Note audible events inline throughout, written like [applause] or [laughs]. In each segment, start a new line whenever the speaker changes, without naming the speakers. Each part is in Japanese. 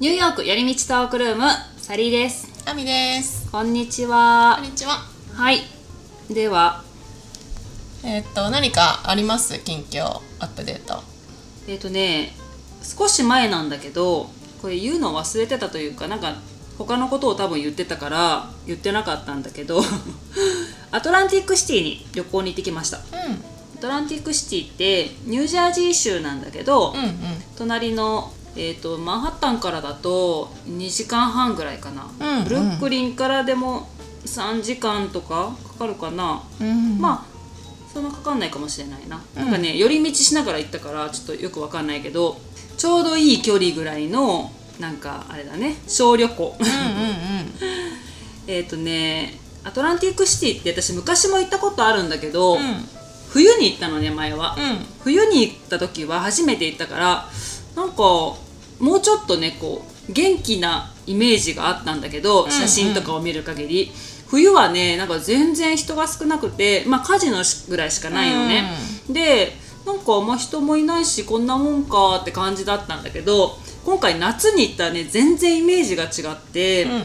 ーク寄り道トークルームサリーです
あみです
こんにち
こ
は
んにちは
はいでは
えーっと何かあります近況アップデート
えっ、とね少し前なんだけどこれ言うの忘れてたというかなんか他のことを多分言ってたから言ってなかったんだけど [laughs] アトランティックシティに旅行に行ってきましたア
うん
トランティックシティってニュージャージー州なんだけど、
うんうん
隣の、えー、とマンハッタンからだと2時間半ぐらいかな、
うんうん
ブルックリンからでも3時間とかかかるかな、
うん
まあそんなかかんないかもしれないな、
うん
なんかね寄り道しながら行ったからちょっとよくわかんないけどちょうどいい距離ぐらいのなんかあれだね小旅行
うんうん
[laughs] えっとねアトランティックシティって私昔も行ったことあるんだけど、
うん
冬に行ったのね前は、
うん
冬に行った時は初めて行ったからなんかもうちょっとねこう元気なイメージがあったんだけど
ん
写真とかを見る限り、冬はねなんか全然人が少なくて、まあ、火事のしぐらいしかないのね、でなんかあんま人もいないしこんなもんかって感じだったんだけど今回夏に行ったらね全然イメージが違って、
うん
や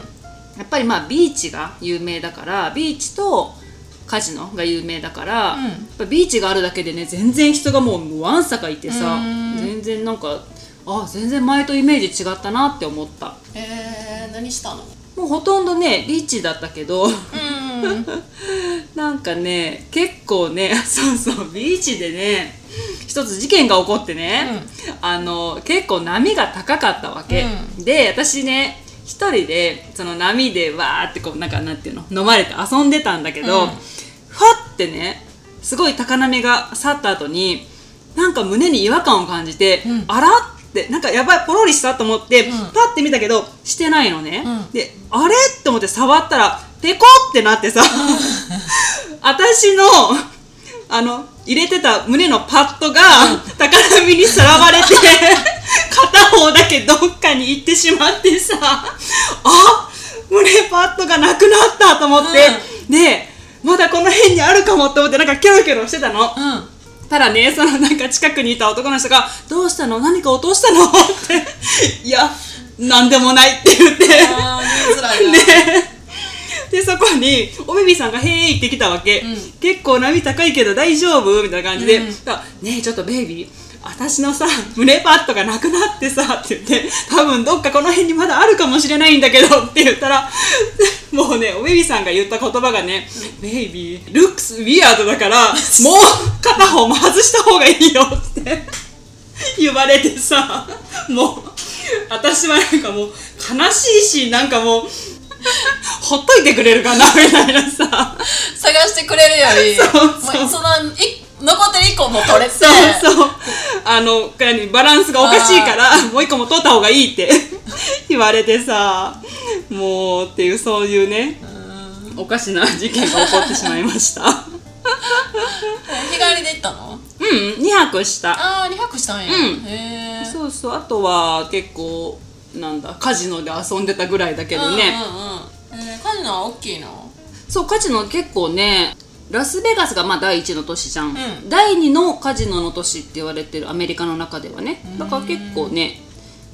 っぱりまあビーチが有名だからビーチとカジノが有名だから、
うん
やっぱビーチがあるだけでね全然人がもうわんさかいてさ
うん
全然なんかあ全然前とイメージ違ったなって思った
えー、何したのう
もうほとんどねビーチだったけど
んうん
なんかね結構ね [laughs] そうそうビーチでね一つ事件が起こってね、あの結構波が高かったわけ、で私ね一人でその波でわーってこうなんかなんていうの飲まれて遊んでたんだけど、
うん
ふわってねすごい高波が去った後になんか胸に違和感を感じて、
うん
あらってなんかやばいポロリしたと思って、
うん
パッて見たけどしてないのね、
うん
であれって思って触ったらペコってなってさ、私のあの入れてた胸のパッドが高波にさらわれて片方だけどっかに行ってしまってさあ胸パッドがなくなったと思って、でまだこの辺にあるかもと思ってなんかキョロキョロしてたの。
うん
ただね、そのなんか近くにいた男の人が、どうしたの何か落としたのって、いや、なんでもないって言って、
あー見づらいな、
でそこにおべびさんが「へーい」って来たわけ、
うん
結構波高いけど大丈夫みたいな感じで「
うん
あねえちょっとベイビー私のさ胸パッドがなくなってさ」って言って「多分どっかこの辺にまだあるかもしれないんだけど」って言ったらもうねおべびさんが言った言葉がね「ベイビールックスウィアードだからもう片方も外した方がいいよ」って言われてさもう私はなんかもう悲しいしなんかもうほっといてくれるかなみたいなさ
探してくれるよ
[laughs]
り
そうそう
もそのい残ってる1個も取れて
そうそうあの何バランスがおかしいからもう一個も取った方がいいって [laughs] 言われてさもうっていうそういうね
うん
おかしな事件が起こってしまいました [laughs]
日帰りで行ったの
うん2泊した
あー2泊したんや、
うん
へえ
そうそうあとは結構なんだカジノで遊んでたぐらいだけどね、
うんうんうんえー、カジノは大きいの
そうカジノ結構ねラスベガスがまあ第一の都市じゃん、
ん
第二のカジノの都市って言われてるアメリカの中ではねだから結構ね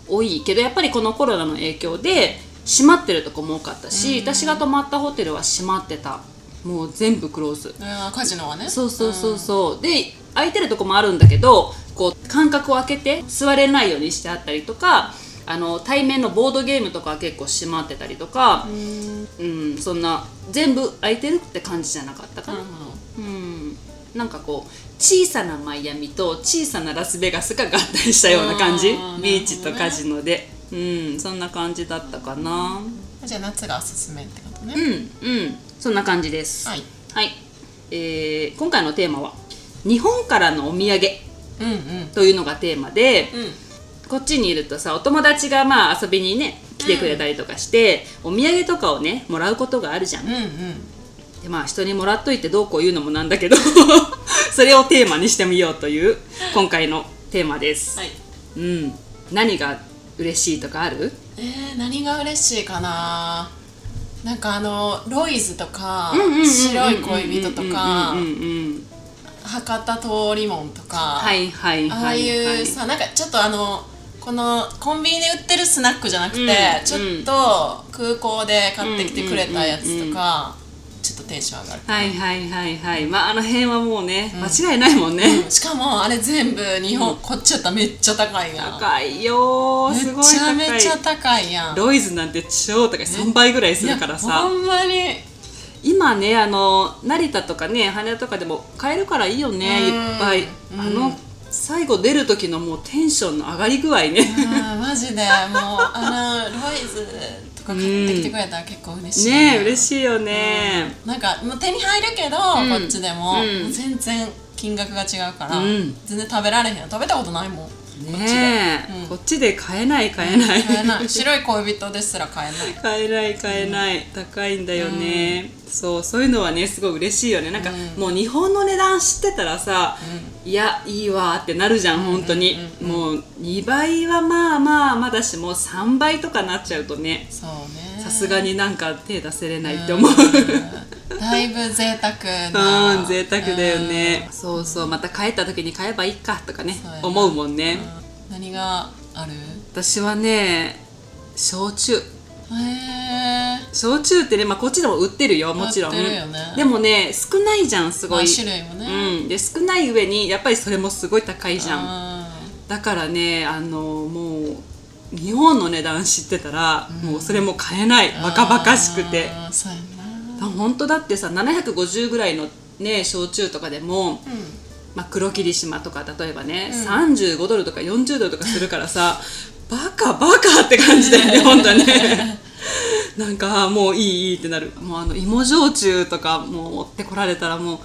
多いけどやっぱりこのコロナの影響で閉まってるとこも多かったし私が泊まったホテルは閉まってたもう全部クローズ
あーカジノはね
そうそうそうそうで空いてるとこもあるんだけどこう間隔を空けて座れないようにしてあったりとかあの対面のボードゲームとかは結構閉まってたりとか、
うん
うん、そんな全部空いてるって感じじゃなかったか
な
な
る、ほど
うんなんかこう小さなマイアミと小さなラスベガスが合体したような感じ
あーなるほどね
ビーチとカジノで、うん、そんな感じだったかな
じゃあ夏がおすすめってことね、
うんうんそんな感じです
はい、
はいえー今回のテーマは「日本からのお土産
うんうん」
というのがテーマで、
うん
こっちにいるとさお友達がまあ遊びにね来てくれたりとかして、お土産とかをねもらうことがあるじゃん
うんうん
でまあ人にもらっといてどうこう言うのもなんだけど [laughs] それをテーマにしてみようという今回のテーマです、
はい
うん何が嬉しいとかある
えー、何が嬉しいかななんかあのロイズとか白い恋人とか
うんうんうんうん
博多通りもんとか、
はいはいはい
ああいう
は
さなんかちょっとあのこのコンビニで売ってるスナックじゃなくて、
うん
ちょっと空港で買ってきてくれたやつとか、ちょっとテンション上がる、
はいはいはいはいまああの辺はもうね、間違いないもんね、
うんしかもあれ全部日本、こっちやったらめっちゃ高いやん
高いよー
め
すごい
ちゃ
高い
めちゃ高いやん
ロイズなんて超高い3倍ぐらいするから
いや
さ
ほん
[laughs]
まに
今ねあの成田とかね羽田とかでも買えるからいいよね
うん
いっぱい
うん
あの最後出る時のもうテンションの上がり具合ね
あーマジでもうあのロイズとか買ってきてくれたら結構嬉しい
ねえ嬉
い
しいよね
なんかもう手に入るけど、
うん
こっちでも,、
うん
もう全然金額が違うから、
うん
全然食べられへん食べたことないもんこっちで
ねえ
うん
こっちで買えない買えない
買えない白い恋人ですら買えない
買えない買えない、高いんだよね、そうそういうのはねすごい嬉しいよねなんか、
うん
もう日本の値段知ってたらさ、いやいいわーってなるじゃん本当に、もう2倍はまあまあまだしもう3倍とかなっちゃうとね
そうね
さすがになんか手出せれないって思う、
うんだいぶ贅沢な
うん贅沢だよね、そうそうまた帰った時に買えばいいかとかね
そうやな
思うもんね、
うん何がある
私はね焼酎
へえ
焼酎ってね、まあ、こっちでも売ってるよもちろん、
売ってるよね
でもね少ないじゃんすごい、
種類もね、
うん、で少ない上にやっぱりそれもすごい高いじゃん
あ
だからねあのもう日本の値段知ってたら、もうそれも買えない
ー
バカバカしくて
あーそうやな
本当だってさ750ぐらいのね焼酎とかでも、まあ、黒霧島とか例えばね、35ドルとか40ドルとかするからさバカバカって感じだよ
[laughs]
ね本当ねなんかもういいいいってなるもうあの芋焼酎とかもう持ってこられたらもう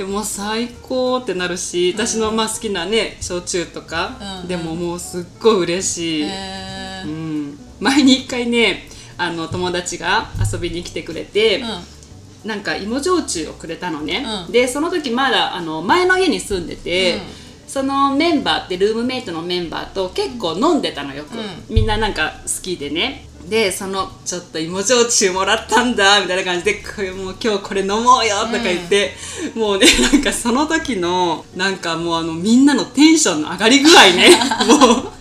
えもう最高ってなるし私のまあ好きなね焼酎とか、
うん
でももうすっごい嬉しい、
へー
うん、前に一回ねあの友達が遊びに来てくれて、
うん
なんか芋焼酎をくれたのね、
うん
でその時まだあの前の家に住んでて、
うん
そのメンバーってルームメイトのメンバーと結構飲んでたのよく、
う
みんななんか好きでねでそのちょっと芋焼酎もらったんだみたいな感じでこれもう今日これ飲もうよとか言って、もうねなんかその時のなんかもうあのみんなのテンションの上がり具合
[laughs]
ねもう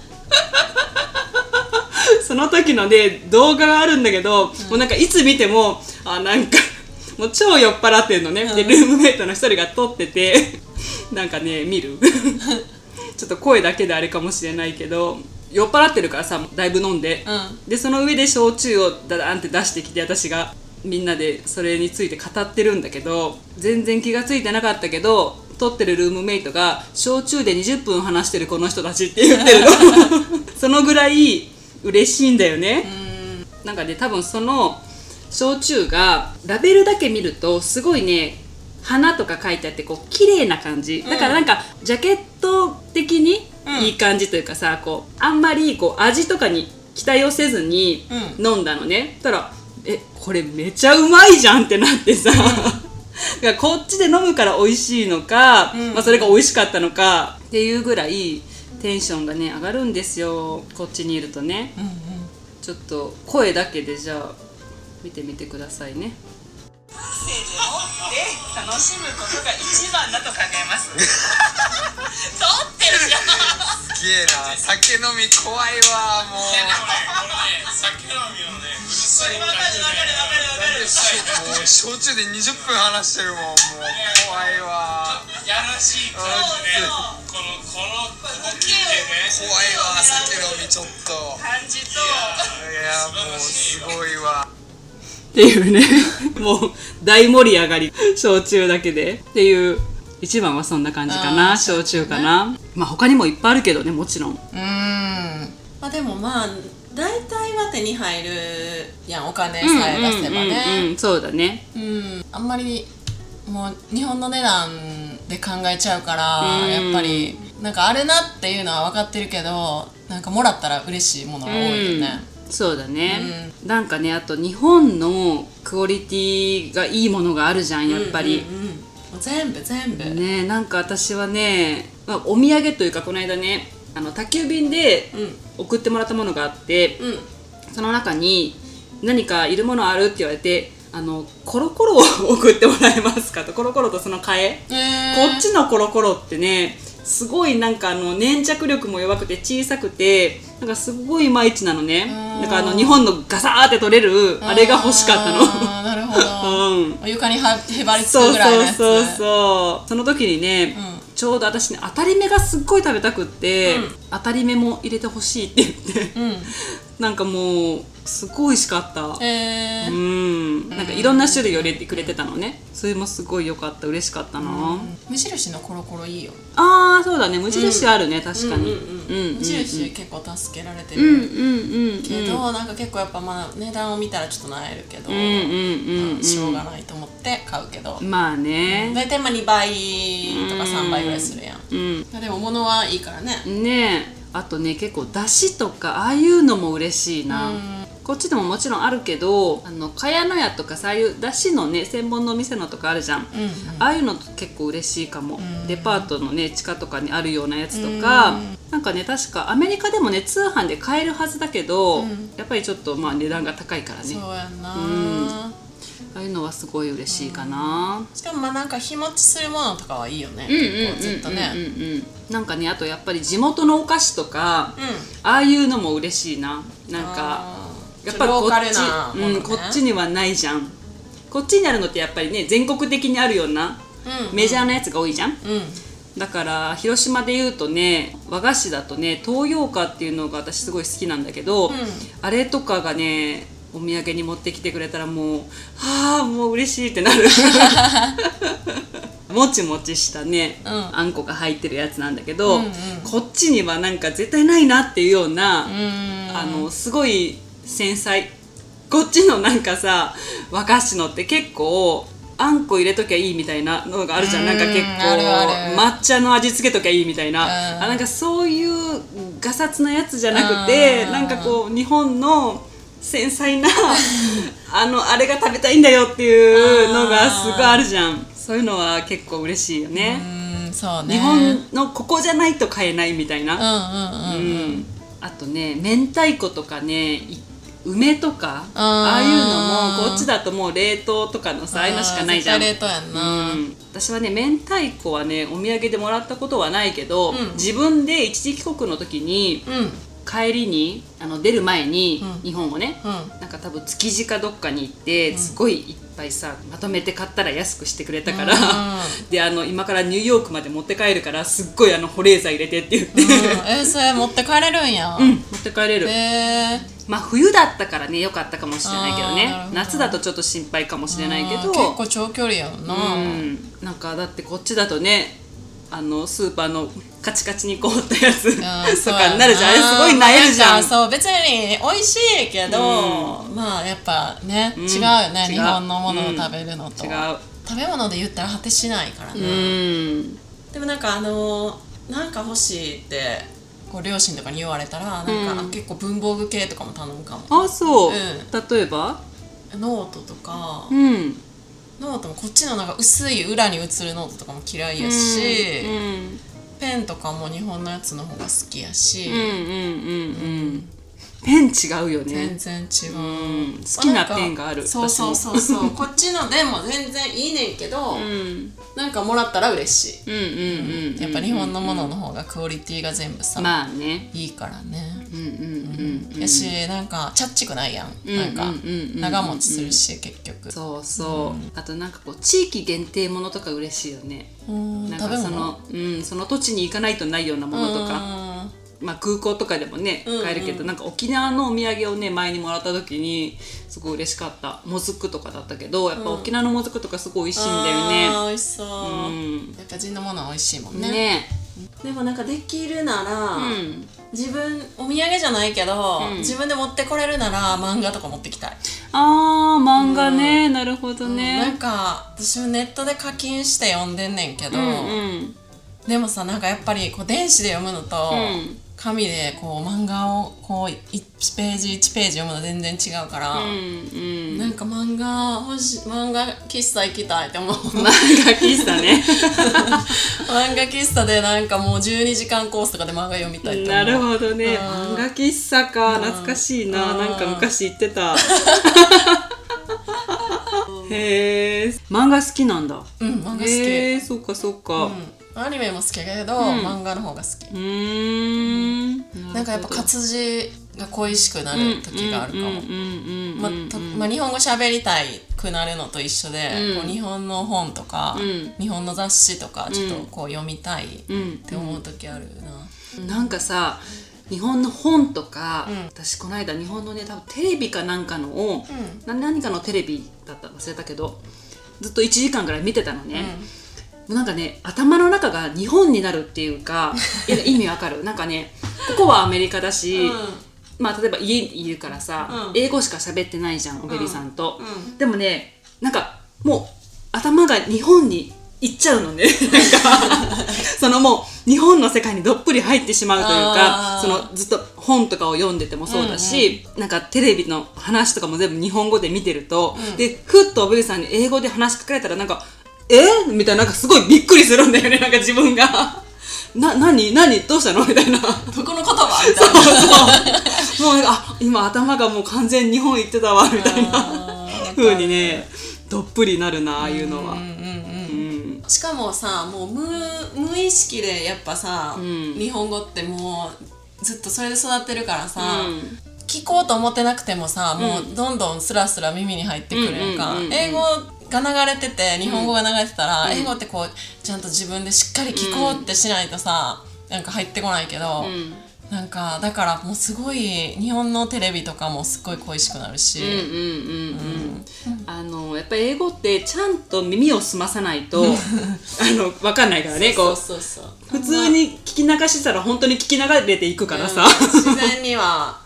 [laughs] その時のね動画があるんだけど、もうなんかいつ見てもあなんか [laughs] もう超酔っ払ってんのね、でルームメイトの一人が撮ってて [laughs] なんかね見る [laughs] ちょっと声だけであれかもしれないけど酔っ払ってるからさだいぶ飲んで、
う
でその上で焼酎をダダンって出してきて私がみんなでそれについて語ってるんだけど全然気が付いてなかったけど撮ってるルームメイトが「焼酎で20分話してるこの人たち」って言ってるのそのぐらい嬉しいんだよね、なんかね多分その焼酎がラベルだけ見るとすごいね花とか書いてあってこう綺麗な感じだからなんかジャケット的にいい感じというかさ、こうあんまりこう味とかに期待をせずに飲んだのね、たら「えこれめちゃうまいじゃん」ってなってさ、 [laughs] だからこっちで飲むから美味しいのか、まあ、それが美味しかったのかっていうぐらいテンションがね上がるんですよこっちにいるとね。
うんうん
ちょっと声だけでじゃあ見てみてくださいね。
メッセージを持って楽しむことが一番だと考えます。撮ってるじゃん。
すげえな酒飲み怖いわも
これね、これね、酒飲みのね、う
う
る
わかるわかるわかるわか
さい
る。
もう焼酎で20分話してるもんもう怖いわ
やらしい感じね、この、この、ここ聞いてね、
怖いわ酒飲みちょっと
感じと
いやもうすごいわ
っていう
[laughs]
ねもう大盛り上がり焼酎だけでっていう一番はそんな感じか
あ
な
ー
焼酎かな、まあ他にもいっぱいあるけどねもちろん
うんまあでもまあ大体は手に入るやんお金さえ出せば
うんうんうんう
ね
んそうだね
うんあんまりもう日本の値段で考えちゃうから、
うん
やっぱりなんかあれなっていうのは分かってるけどなんかもらったら嬉しいものが多いよね、
そうだね、なんかねあと日本のクオリティがいいものがあるじゃんやっぱり、
うんうんもう全部全部、
ねえなんか私はね、まあ、お土産というかこの間ねあの宅急便で送ってもらったものがあって、
うん
その中に何かいるものあるって言われてあのコロ [laughs] コロを送ってもらえますかとコロコロとその替え、
えー
こっちのコロコロってねすごいなんかあの粘着力も弱くて小さくてなんかすごいマイチなのねなんかあの日本のガサーって取れるあれが欲しかったの。
あーなるほ
[laughs]
ど、
うん
お床にはへばりつく
そう
ぐらいの
そう
やつ
そうそうその時にね、
う
ちょうど私ね当たり目がすっごい食べたくって、当たり目も入れてほしいって言って、なんかもうすごい美味しかった
え
う
ー
んなんかいろんな種類を入れてくれてたのねそれもすごい良かった嬉しかったな、
無印のコロコロいいよ
あーそうだね無印あるね、確かにうんうん
無印結構助けられて
うん
る
うんうん
けど、なんか結構やっぱまあ値段を見たらちょっとなえるけど、
うんうんうん
しょうがないと思って買うけど、
うんまあね
大体まあ2倍とか3倍ぐらいするやん、
うん
まあでも物はいいからね
ねえあとね結構だしとかああいうのも嬉しいな、こっちでももちろんあるけどあの茅野屋とかさああいうだしのね専門のお店のとかあるじゃん、
うん
ああいうの結構嬉しいかも、デパートのね地下とかにあるようなやつとか、なんかね確かアメリカでもね通販で買えるはずだけど、やっぱりちょっとまあ値段が高いからね
そうやんな、
ああいうのはすごい嬉しいかな、
しかもまあなんか日持ちするものとかはいいよね、
うん
結構ずっとね、
うんうんうんなんかねあとやっぱり地元のお菓子とか、
ん
ああいうのも嬉しいななんか
あー
やっぱりこ
ローカル
っち
な、もの
う
ね
ん、こっちにはないじゃんこっちにあるのってやっぱりね全国的にあるような
うん
メジャーなやつが多いじゃん、
うん
だから広島で言うとね和菓子だとね東洋菓っていうのが私すごい好きなんだけど、あれとかがねお土産に持ってきてくれたらもうああもう嬉しいってな [laughs] るもちもちしたね、
ん
あんこが入ってるやつなんだけど、こっちにはなんか絶対ないなっていうような、
うん
あのすごい繊細こっちのなんかさ和菓子のって結構あんこ入れときゃいいみたいなのがあるじゃんなんか結構
あるある
抹茶の味付けときゃいいみたいな
うん
あなんかそういうガサツなやつじゃなくて
うん
なんかこう日本の繊細
[laughs]
なあのあれが食べたいんだよっていうのがすごいあるじゃんそういうのは結構嬉しいよね
うんそうね
日本のここじゃないと買えないみたいな
うんうんうん、
うん、あとね明太子とかねい梅とかああ
あー
いうのもこっちだともう冷凍とかのさああいうのしかないじゃん、
あー絶対冷凍やんな、
うん、私はね明太子はねお土産でもらったことはないけど、
ん
自分で一時帰国の時に
うん
帰りにあの出る前に、日本をね、
う
なんか多分築地かどっかに行ってすごいいっぱいさまとめて買ったら安くしてくれたから、 [laughs] であの今からニューヨークまで持って帰るからすっごいあの保冷剤入れてって言って、
うんえそれ持って帰れるんや、
うん、持って帰れる、
えー
まあ冬だったからね良かったかもしれないけど
あーなる
ね
ほど
夏だとちょっと心配かもしれないけ
あー
ど
結構長距離やんな、
うん、なんかだってこっちだとねあのスーパーのカチカチに凍ったやつ
う
[laughs]
ん
と
そうや
かになるじゃんあれすごいなえるじゃん
なかそう別に美味しいけど、まあやっぱね、違うよね
違う
日本のものを食べるのと、
違
食べ物で言ったら果てしないからね、
ううん
でもなんかあのなんか欲しいってこう両親とかに言われたらなんか、あ結構文房具系とかも頼むかも
あそう、
うん
例えば
ノートとか、
うん
ノートもこっちのなんか薄い裏に映るノートとかも嫌いやし、
うん
ペンとかも日本のやつの方が好きやし、
うんうんうんうんペン違うよ
全
ね
然違う、
うん好きなペンがある
なんかそうそうそうそう [laughs] こっちのでも全然いいねんけど、
うんうん
なんかもらったら嬉し
うんうんうん
いやっぱ日本のものの方がクオリティが全部さ、
まあね
いいからね、
うんうんうん
やしなんかチャッチくないやん、なんか
うんうんうんうん
長持ちするし結局
そうそう、あとなんかこう地域限定ものとか嬉しいよね
うん
なん
食べ
かそ
物
のうん、その土地に行かないとないようなものとか、
か
まあ、空港とかでもね
んうん
買えるけど、なんか沖縄のお土産をね前にもらった時にすごい嬉しかったもずくとかだったけどやっぱ沖縄のもずくとかすごい美味しいんだよね。
美味しそう、
うん
やっぱ地のものは美味しいもんね
ね
でもなんかできるなら、
うん、
自分お土産じゃないけど、自分で持ってこれるなら漫画とか持ってきたい
あー漫画ね、なるほど
な
ね
ん。か私もネットで課金して読んでんねんけど、
うんうん
でもさなんかやっぱりこう電子で読むのと、
うん
紙でこう漫画をこう1ページ1ページ読むの全然違うから、
うん
なんか漫画欲しい漫画喫茶行きたいって思う [laughs]
漫画喫茶ね
漫画喫茶でなんかもう12時間コースとかで漫画読みたいって思
な
う
るほどね
あー
漫画喫茶か懐かしいな
あー
なんか昔行って
[laughs]
たへえ漫画好きなんだ
うん漫画好き、
へえそうかそうか、
アニメも好きだけど、
ん
漫画の方が好き
うーん
なんかやっぱ活字が恋しくなる時があるかも、
うんうんうんうん
まとまあ、日本語喋りたいくなるのと一緒で、
うん
こう日本の本とか、
うん
日本の雑誌とかちょっ
うん
とこう読みたいっ
うん
て思う時あるな、
なんかさ日本の本とか、
うん
私この間日本のね多分テレビかなんかのを、な何かのテレビだった忘れたけどずっと1時間ぐらい見てたのね、もうなんかね頭の中が日本になるっていうかいや意味わかるなんかねここはアメリカだし、まあ例えば家にいるからさ、
うん
英語しか喋ってないじゃんおべりさんと、
う
でもねなんかもう頭が日本に行っちゃうのね [laughs] なんかそのもう日本の世界にどっぷり入ってしまうというか
あー
そのずっと本とかを読んでてもそうだし、なんかテレビの話とかも全部日本語で見てると、でふっとおべりさんに英語で話しかけられたらなんか「えみたいななんかすごいびっくりするんだよねなんか自分が。 [laughs] な、何何どうしたのみたいな。
ここの言葉みたいな
もうなんか [laughs] あ今頭がもう完全に日本行ってたわみたいな
あー
風にねどっぷりなるなああいうのは。うん
しかもさもう無無意識でやっぱさ、
ん
日本語ってもうずっとそれで育ってるからさ、
うん
聞こうと思ってなくてもさ、もうどんどんスラスラ耳に入ってくるやんか、
うんうんうんうん
英語が流れてて日本語が流れてたら、英語ってこうちゃんと自分でしっかり聞こうってしないとさ、なんか入ってこないけど、
ん
なんかだからもうすごい日本のテレビとかもすっごい恋しく
う
なる
んうん
し、
うんうんあのやっぱり英語ってちゃんと耳を澄まさない [laughs] とあの分かんないからねこう
そうそうそ
普
う
通に聞き流したら本当に聞き流れていくからさ。
うん自然には、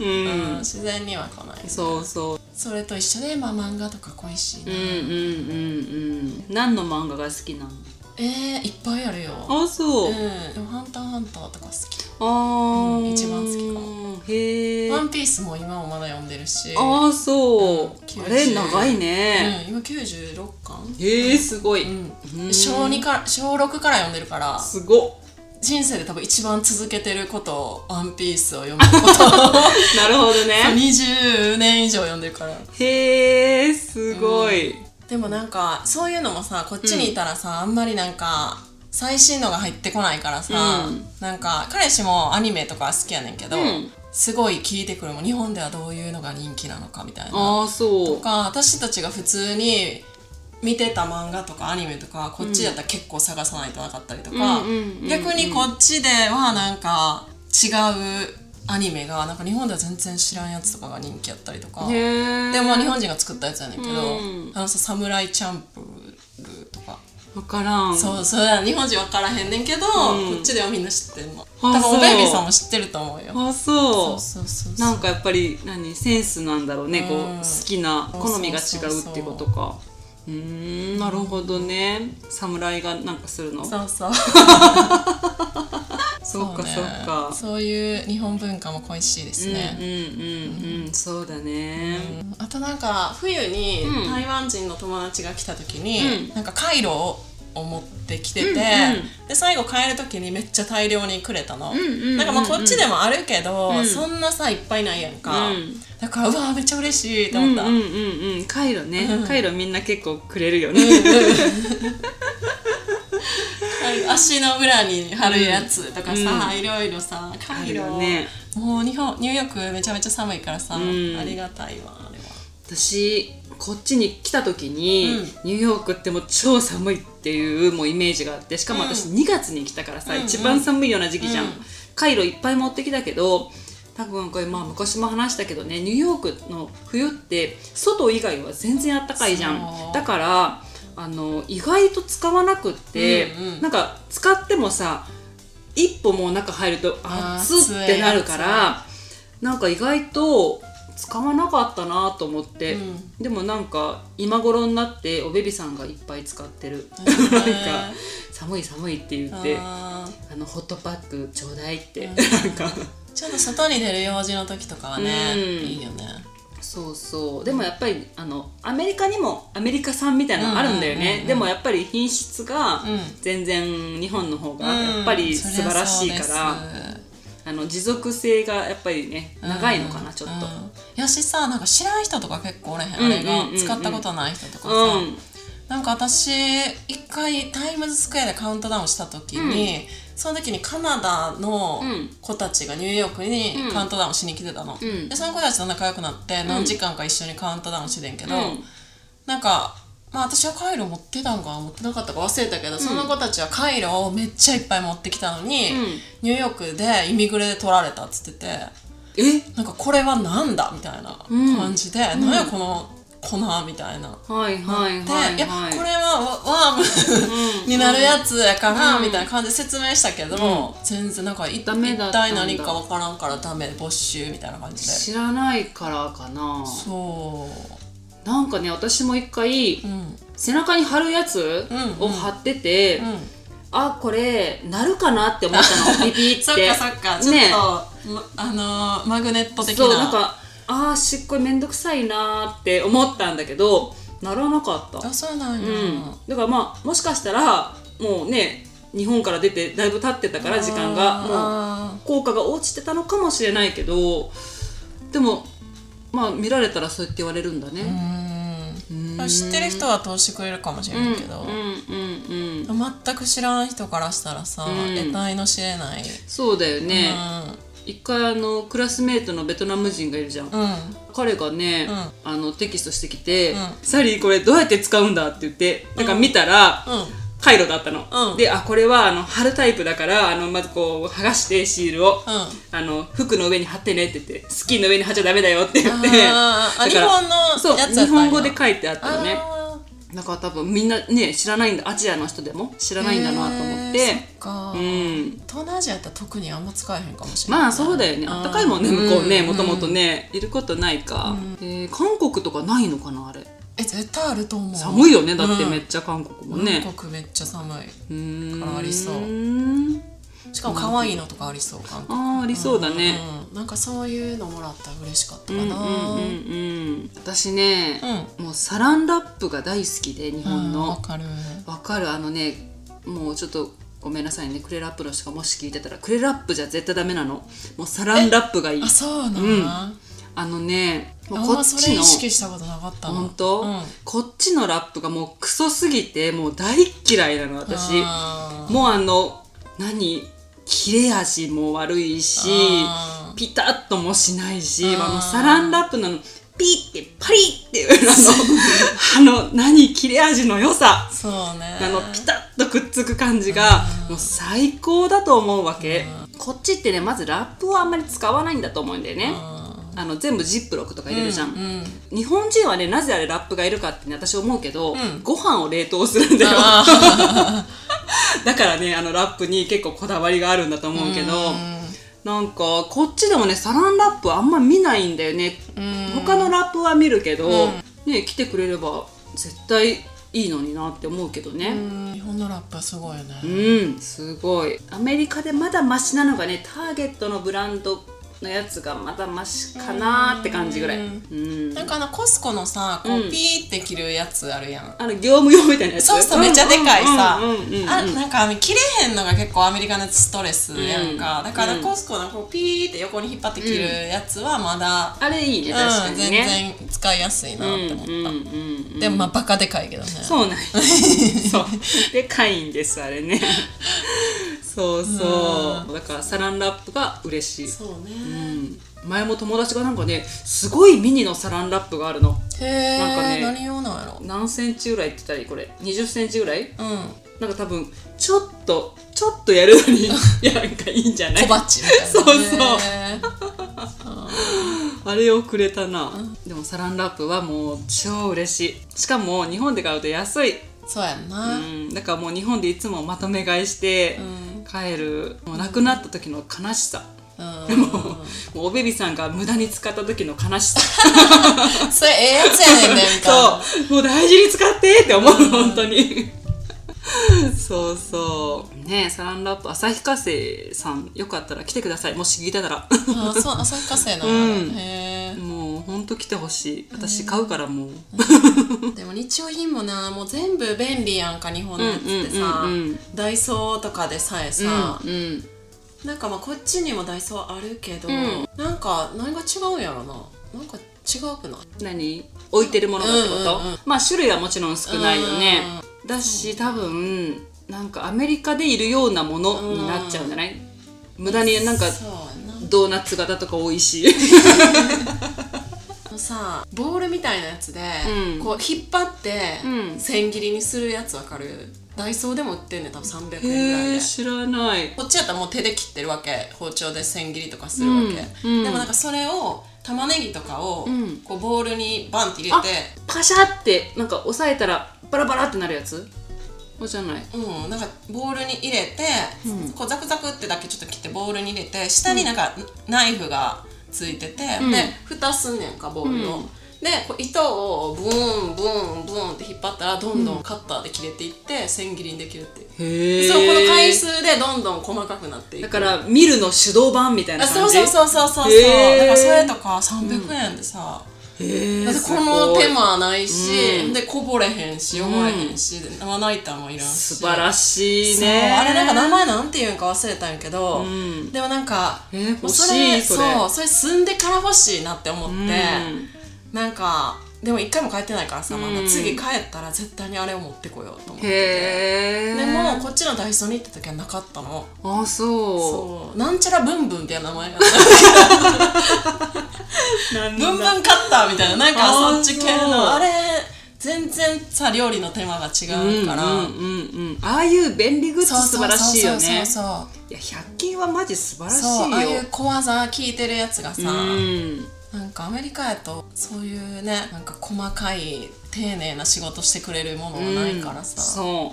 う
うんん、自然には来ない
そうそう。
それと一緒で、まあ、漫画とか恋しいな、
うんうんうんうん。何の漫画が好きなの？
えー、いっぱいあるよ
あそうう。
んでも「ハンターハンター」とか好き
ああ。
一番好きか
き。へ
「
え。
ワンピースも今もまだ読んでるし
ああそう、
うん
あれ長いね、
うん、今96巻
へえすごい、
うん、小二から小6から読んでるから
すごっ
人生で多分一番続けてることを「ワンピースを読む
[laughs]
ことを
なるほど
[laughs]
ね
20年以上読んでるから
へえすごい、
でもなんかそういうのもさこっちにいたらさ、あんまりなんか最新のが入ってこないからさ、
うん
なんか彼氏もアニメとか好きやねんけ
う
ど、
ん
すごい聞いてくるもん日本ではどういうのが人気なのかみたいな。
ああそ
とか私たちが普通に見てた漫画とかアニメとかこっちだったら結構探さないとなかったりとか、
うんうんうんうん
逆にこっちではなんか違うアニメがなんか日本では全然知らんやつとかが人気やったりとか。
うへえ
でもまあ日本人が作ったやつやねんけど、
うん
あのさ「サムライチャンプル」とか、
分からん
そうそうだ日本人分からへんねんけど、
うん
こっちではみんな知ってんの
あ
多
そう
分おベビーさんも知ってると思うよ
あそう
そうそうそうそう
なんかやっぱり何センスなんだろうね、こう
うん
好きな好みが違うってことかうーんなるほどね侍がなんかするのそう
そうそう
か
ね
そうか
そういう日本文化も恋しいですね、
うんうんうんうんそうだね、
うんあとなんか冬に
うん
台湾人の友達が来た時に、
う
なんかカイロを持ってきてて、
うんうん
で最後帰る時にめっちゃ大量にくれたの、
んうんうん
なんかまあこっちでもあるけど、
うん
そんなさいっぱいないやんか、
うん
だからうわーめっちゃ嬉しいと
うんう
思っ
ん
た、
うんうんカイロね、カイロみんな結構くれるよね、
足の裏に貼るやつとかさ、いろいろさカ
[laughs]
イ
ある
ロ、
よね
もう日本ニューヨークめちゃめちゃ寒いからさ、
ん
ありがたいわあれは。
私こっちに来た時に、
うん
ニューヨークってもう超寒いっていうもうイメージがあってしかも私2月に来たからさ、
うん
一番寒いような時期じゃん、
うん
カイロいっぱい持ってきたけど多分これまあ昔も話したけどねニューヨークの冬って外以外は全然あったかいじゃ
そ
ん
う
だからあの意外と使わなくって、
うんうん
なんか使ってもさ一歩もう中入ると熱ってなるからなんか意外と使わなかったなと思って、
うん
でもなんか今頃になっておべびさんがいっぱい使ってる、
ー
なんか寒い寒いって言ってあ
あー
のホットパックちょうだいって、
う
な
ん
んか
ちょっと外に出る用事の時とかはね、
うん
いいよね。
そうそうでもやっぱりあのアメリカにもアメリカ産みたいなのあるんだよ
うんうんうん
ね
うん
でもやっぱり品質が
うん
全然日本の方がやっぱり素晴らしいから、
うんそりゃそうです
あの持続性がやっぱりね長いのかな、ちょっと。
うんやしさなんか知らん人とか結構おれへん、
ん
あれが、
うんうんうん
使ったことない人とかさ、
うん
なんか私一回タイムズスクエアでカウントダウンした時に、その時にカナダの
うん
子たちがニューヨーク
うん
にカウントダウンしに来てたの、
ん
でその子たちと仲良くなって何時間か一緒にカウントダウンしてんけど、
うん
なんかまあ私はカイロ持ってたんか持ってなかったか忘れたけど、その子たちはカイロをめっちゃいっぱい持ってきたのに、
ん
ニューヨークでイミグレで取られたっつってて
え
なんかこれはなんだみたいな感じで、なんやこの粉みたいな。
はいはい
で、
はいい
や
はい
これはワワームになるやつやから、みたいな感じで説明したけど、全然なんかい
ダメだ
一
ったんだ
体何か分からんからダメ没収みたいな感じで
知らないからかな
そ
なんかね私も一回
ううん
背中に貼るやつ
うん
を貼ってて、
うん
あこれなるかなって思ったの
[laughs]
ピピって
そっかそっかちょっと、
ね
まあのーマグネット的な
そうなんかあーしっこいめんどくさいなーって思ったんだけどならなかった
あそうなんや、
うん、だからまあもしかしたらもうね日本から出てだいぶ経ってたから時間がも
あ
う効果が落ちてたのかもしれないけどでもまあ見られたらそうやって言われるんだ
ー
ね。
うん知ってる人は通してくれるかもしれ
うん、うん
ないけど、
うんうん
全く知らない人からしたらさ、
ん
得体の知れない、
そうだよね、一回あのクラスメートのベトナム人がいるじゃん、
うんうん
彼がね、
う
あのテキストしてきて、
うん
サリーこれどうやって使うんだって言ってだから見たら、
うん
カイロだったの、
うん
であこれはあの貼るタイプだからあのまずこう剥がしてシールを、
ん
あの服の上に貼ってねって言ってスキーの上に貼っちゃダメだよって言って
あーあ
だから
日本の
そう
やつやったんや
日本語で書いてあったのね
あ
だから多分みんなね知らないんだアジアの人でも知ら
ー
ないんだなと思って、
へーそっか、
うん
東南アジアやったら特にあんま使えへんかもしれない
まあそうだよねあったかいもんね向こうね
うん
もともとねいることないか、えー韓国とかないのかなあれ
え絶対あると思う
寒いよねだってめっ
ち
ちゃ韓国も
ゃ
ね、
韓国めっちゃ寒い
うん
ありそうしかも可愛いのとかありそう韓国
あーありそうだね、
うんなんかそういうのもらったら嬉しかった
うん
か
うんう
な、
んうん私ね、もうサランラップが大好きで日本
うんわ
の
かる
わかるあのねもうちょっとごめんなさいねクレラップの人がもし聞いてたらクレラップじゃ絶対ダメなのもうサランラップがいい
あそうなんだ、
うん
あ
あのねもうんこ
ま
っ
そ
ち
れ
の
意識したことなかったな
本当、
うん、
こっちのラップがもうクソすぎてもう大嫌いなの私
あー
もうあの何切れ味も悪いし
あー
ピタッともしないし
あー
まあもうサランラップなのピッてパリッ
[laughs]
てあのあの何切れ味の良さ
そうね
あのピタッとくっつく感じがもう最高だと思うわけこっちってねまずラップをあんまり使わないんだと思うんだよねあの全部ジップロックとか入れるじゃん、
うん
日本人はねなぜあれラップがいるかって、ね、私思うけど、
ん
ご飯を冷凍するんだよ
あ
[laughs] だからねあのラップに結構こだわりがあるんだと思うけどなんかこっちでもねサランラップあんま見ないんだよね他のラップは見るけど、ね来てくれれば絶対いいのになって思うけどね
うん日本のラップはすごいよね、
うん、すごいアメリカでまだマシなのがねターゲットのブランドのやつがまだマシかなーって感じぐらいうん
なんかあのコスコのさこ
うん
うピーって切るやつあるやん、
あの業務用みたいなやつ
そうそうめっちゃでかいさ
うんうんうんうんうん
あなんかあの切れへんのが結構アメリカのやつストレスやんか、だからコスコのこうピーって横に引っ張って切るやつはまだ、
あれいいね確か
うん、
に
全
ね、
然使いやすいなって思った、
うんうんうん
でもまあバカでかいけどね
そう [laughs] なんよそうでかいんですあれねそうそうだからサランラップが嬉しい、
そうね、
うん、前も友達がなんかねすごいミニのサランラップがあるの
へえ、
なんかね
何用なんやろ
何センチぐらいって言ったらいいこれ20センチぐらい
うん
なんか多分ちょっとちょっとやるのに [laughs] いやなんかいいんじゃない
小鉢みたいな、ね、
[laughs] そう
そう
あれをくれたな、でもサランラップはもう超嬉しいしかも日本で買うと安い
そうやんな、
うん、だからもう日本でいつもまとめ買いして帰る、もう亡くなった時の悲しさ、
うん
もうもうおべびさんが無駄に使った時の悲しさ
それええやつやねんねみたいな
そうもう大事に使ってって思う、本当にそうそうねえサランラップ旭化成さんよかったら来てくださいもし聞いてた [laughs] ら
あーそう旭化成なの、
うん
へえ
もうほんと来てほしい私買うからもう
でも日用品もなもう全部便利やんか日本のやつって
う
さ、
んうんうんうん
ダイソーとかでさえさ、
うんうん
なんかまあこっちにもダイソーあるけど、
ん
なんか何が違うんやろななんか違うくない
何置いてるものだってこと、
うんうんうん
まあ種類はもちろん少ないよね、だし多分なんかアメリカでいるようなものになっちゃうんじゃない、無駄になんか
そうやな
ドーナツ型とか多いし
あのさボールみたいなやつで、
うん
こう引っ張って、
うん
千切りにするやつわかるダイソーでも売ってんねん多分300円ぐらい
へ
で
え [laughs] 知らない
こっちやったらもう手で切ってるわけ包丁で千切りとかするわけ、
うんうん
でもなんかそれを玉ねぎとかを、
ん
こうボウルにバンって入れて
パシャってなんか押さえたらバラバラってなるやつそうじゃない
うん、なんかボウルに入れて、こうザクザクってだけちょっと切ってボウルに入れて下になんかナイフがついてて、
ん
で蓋すんねんかボウルを、
うん
でこう糸をブーンブーンブーンって引っ張ったらどんどんカッターで切れていって千切りにできるっていう、
へえ
そうこの回数でどんどん細かくなってい
だ
く
から見るの手動版みたい
あ
な
そ
感
う
じ
そうそうそうそうそう、
へー
だからそれとか300円でさ、
へえ
だってこの手
も
間ないし、
うん
でこぼれへんし汚れへんし、まな板もいらんし
素晴らしい
そう
ね
あれなんか名前なんていうんか忘れたんやけど、
ん
でもなんか、
えー
もう
欲しいそれ
そうそれ住んでから欲しいなって思って、
うん
なんかでも一回も帰ってないからさ、ま
う
だ
ん
次帰ったら絶対にあれを持ってこようと思ってて
へえ
でもこっちのダイソーに行った時はなかったの
あそ
そうなんちゃらブンブンっていう名
[laughs]
前が
うなん
ブンブンカッターみたいななんか
あー
そっち系
そう
のあれ全然さ料理の手間が違うから、
うんうんうんうんああいう便利グッズ
そう
素晴らしいよ
そうそ
ね
うそうそう
いや100均はマジ素晴らしいよ
そうああいう小技聞いてるやつがさ、
うん
なんかアメリカやとそういうねなんか細かい丁寧な仕事してくれるものがないからさ、
そ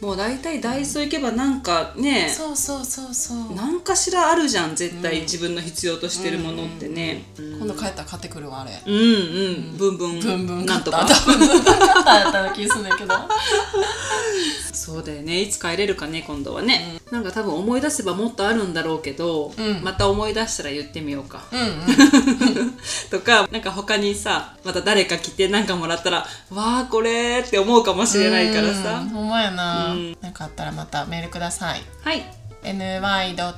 うもう大体ダイソー行けばなんかね
そうそうそうそう
何かしらあるじゃん絶対自分の必要としてるものってね
今度帰ったら買ってくるわあれ、
うんうんブンブン
ブンブンカ
な
ッ
んと
ター
か
多分ブンブンカッターやったら気すんだけ [laughs] ど
そうだよねいつ帰れるかね今度はねなんか多分思い出せばもっとあるんだろうけど
うん
また思い出したら言ってみようか
うんうん
[laughs] とかなんか他にさまた誰か来てなんかもらったら「わあこれ」って思うかもしれないから
う
さ
んほんまやな、
うん
なんかあったらまたメールください
はい
ny. よ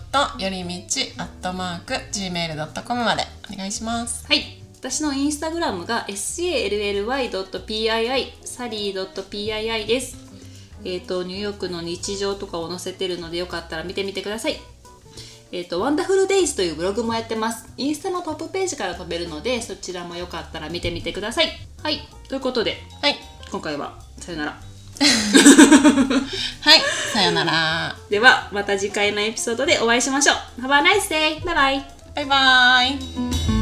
りみち .gmail.com までお願いします
はい私のインスタグラムが sally.pii サリー .pii ですえっ、とニューヨークの日常とかを載せてるのでよかったら見てみてくださいえっ、とワンダフルデイズというブログもやってますインスタのトップページから飛べるのでそちらもよかったら見てみてくださいはいということで
はい
今回はさよなら
はいさよなら
ではまた次回のエピソードでお会いしましょう Have a nice day! バイバイ
バイバイ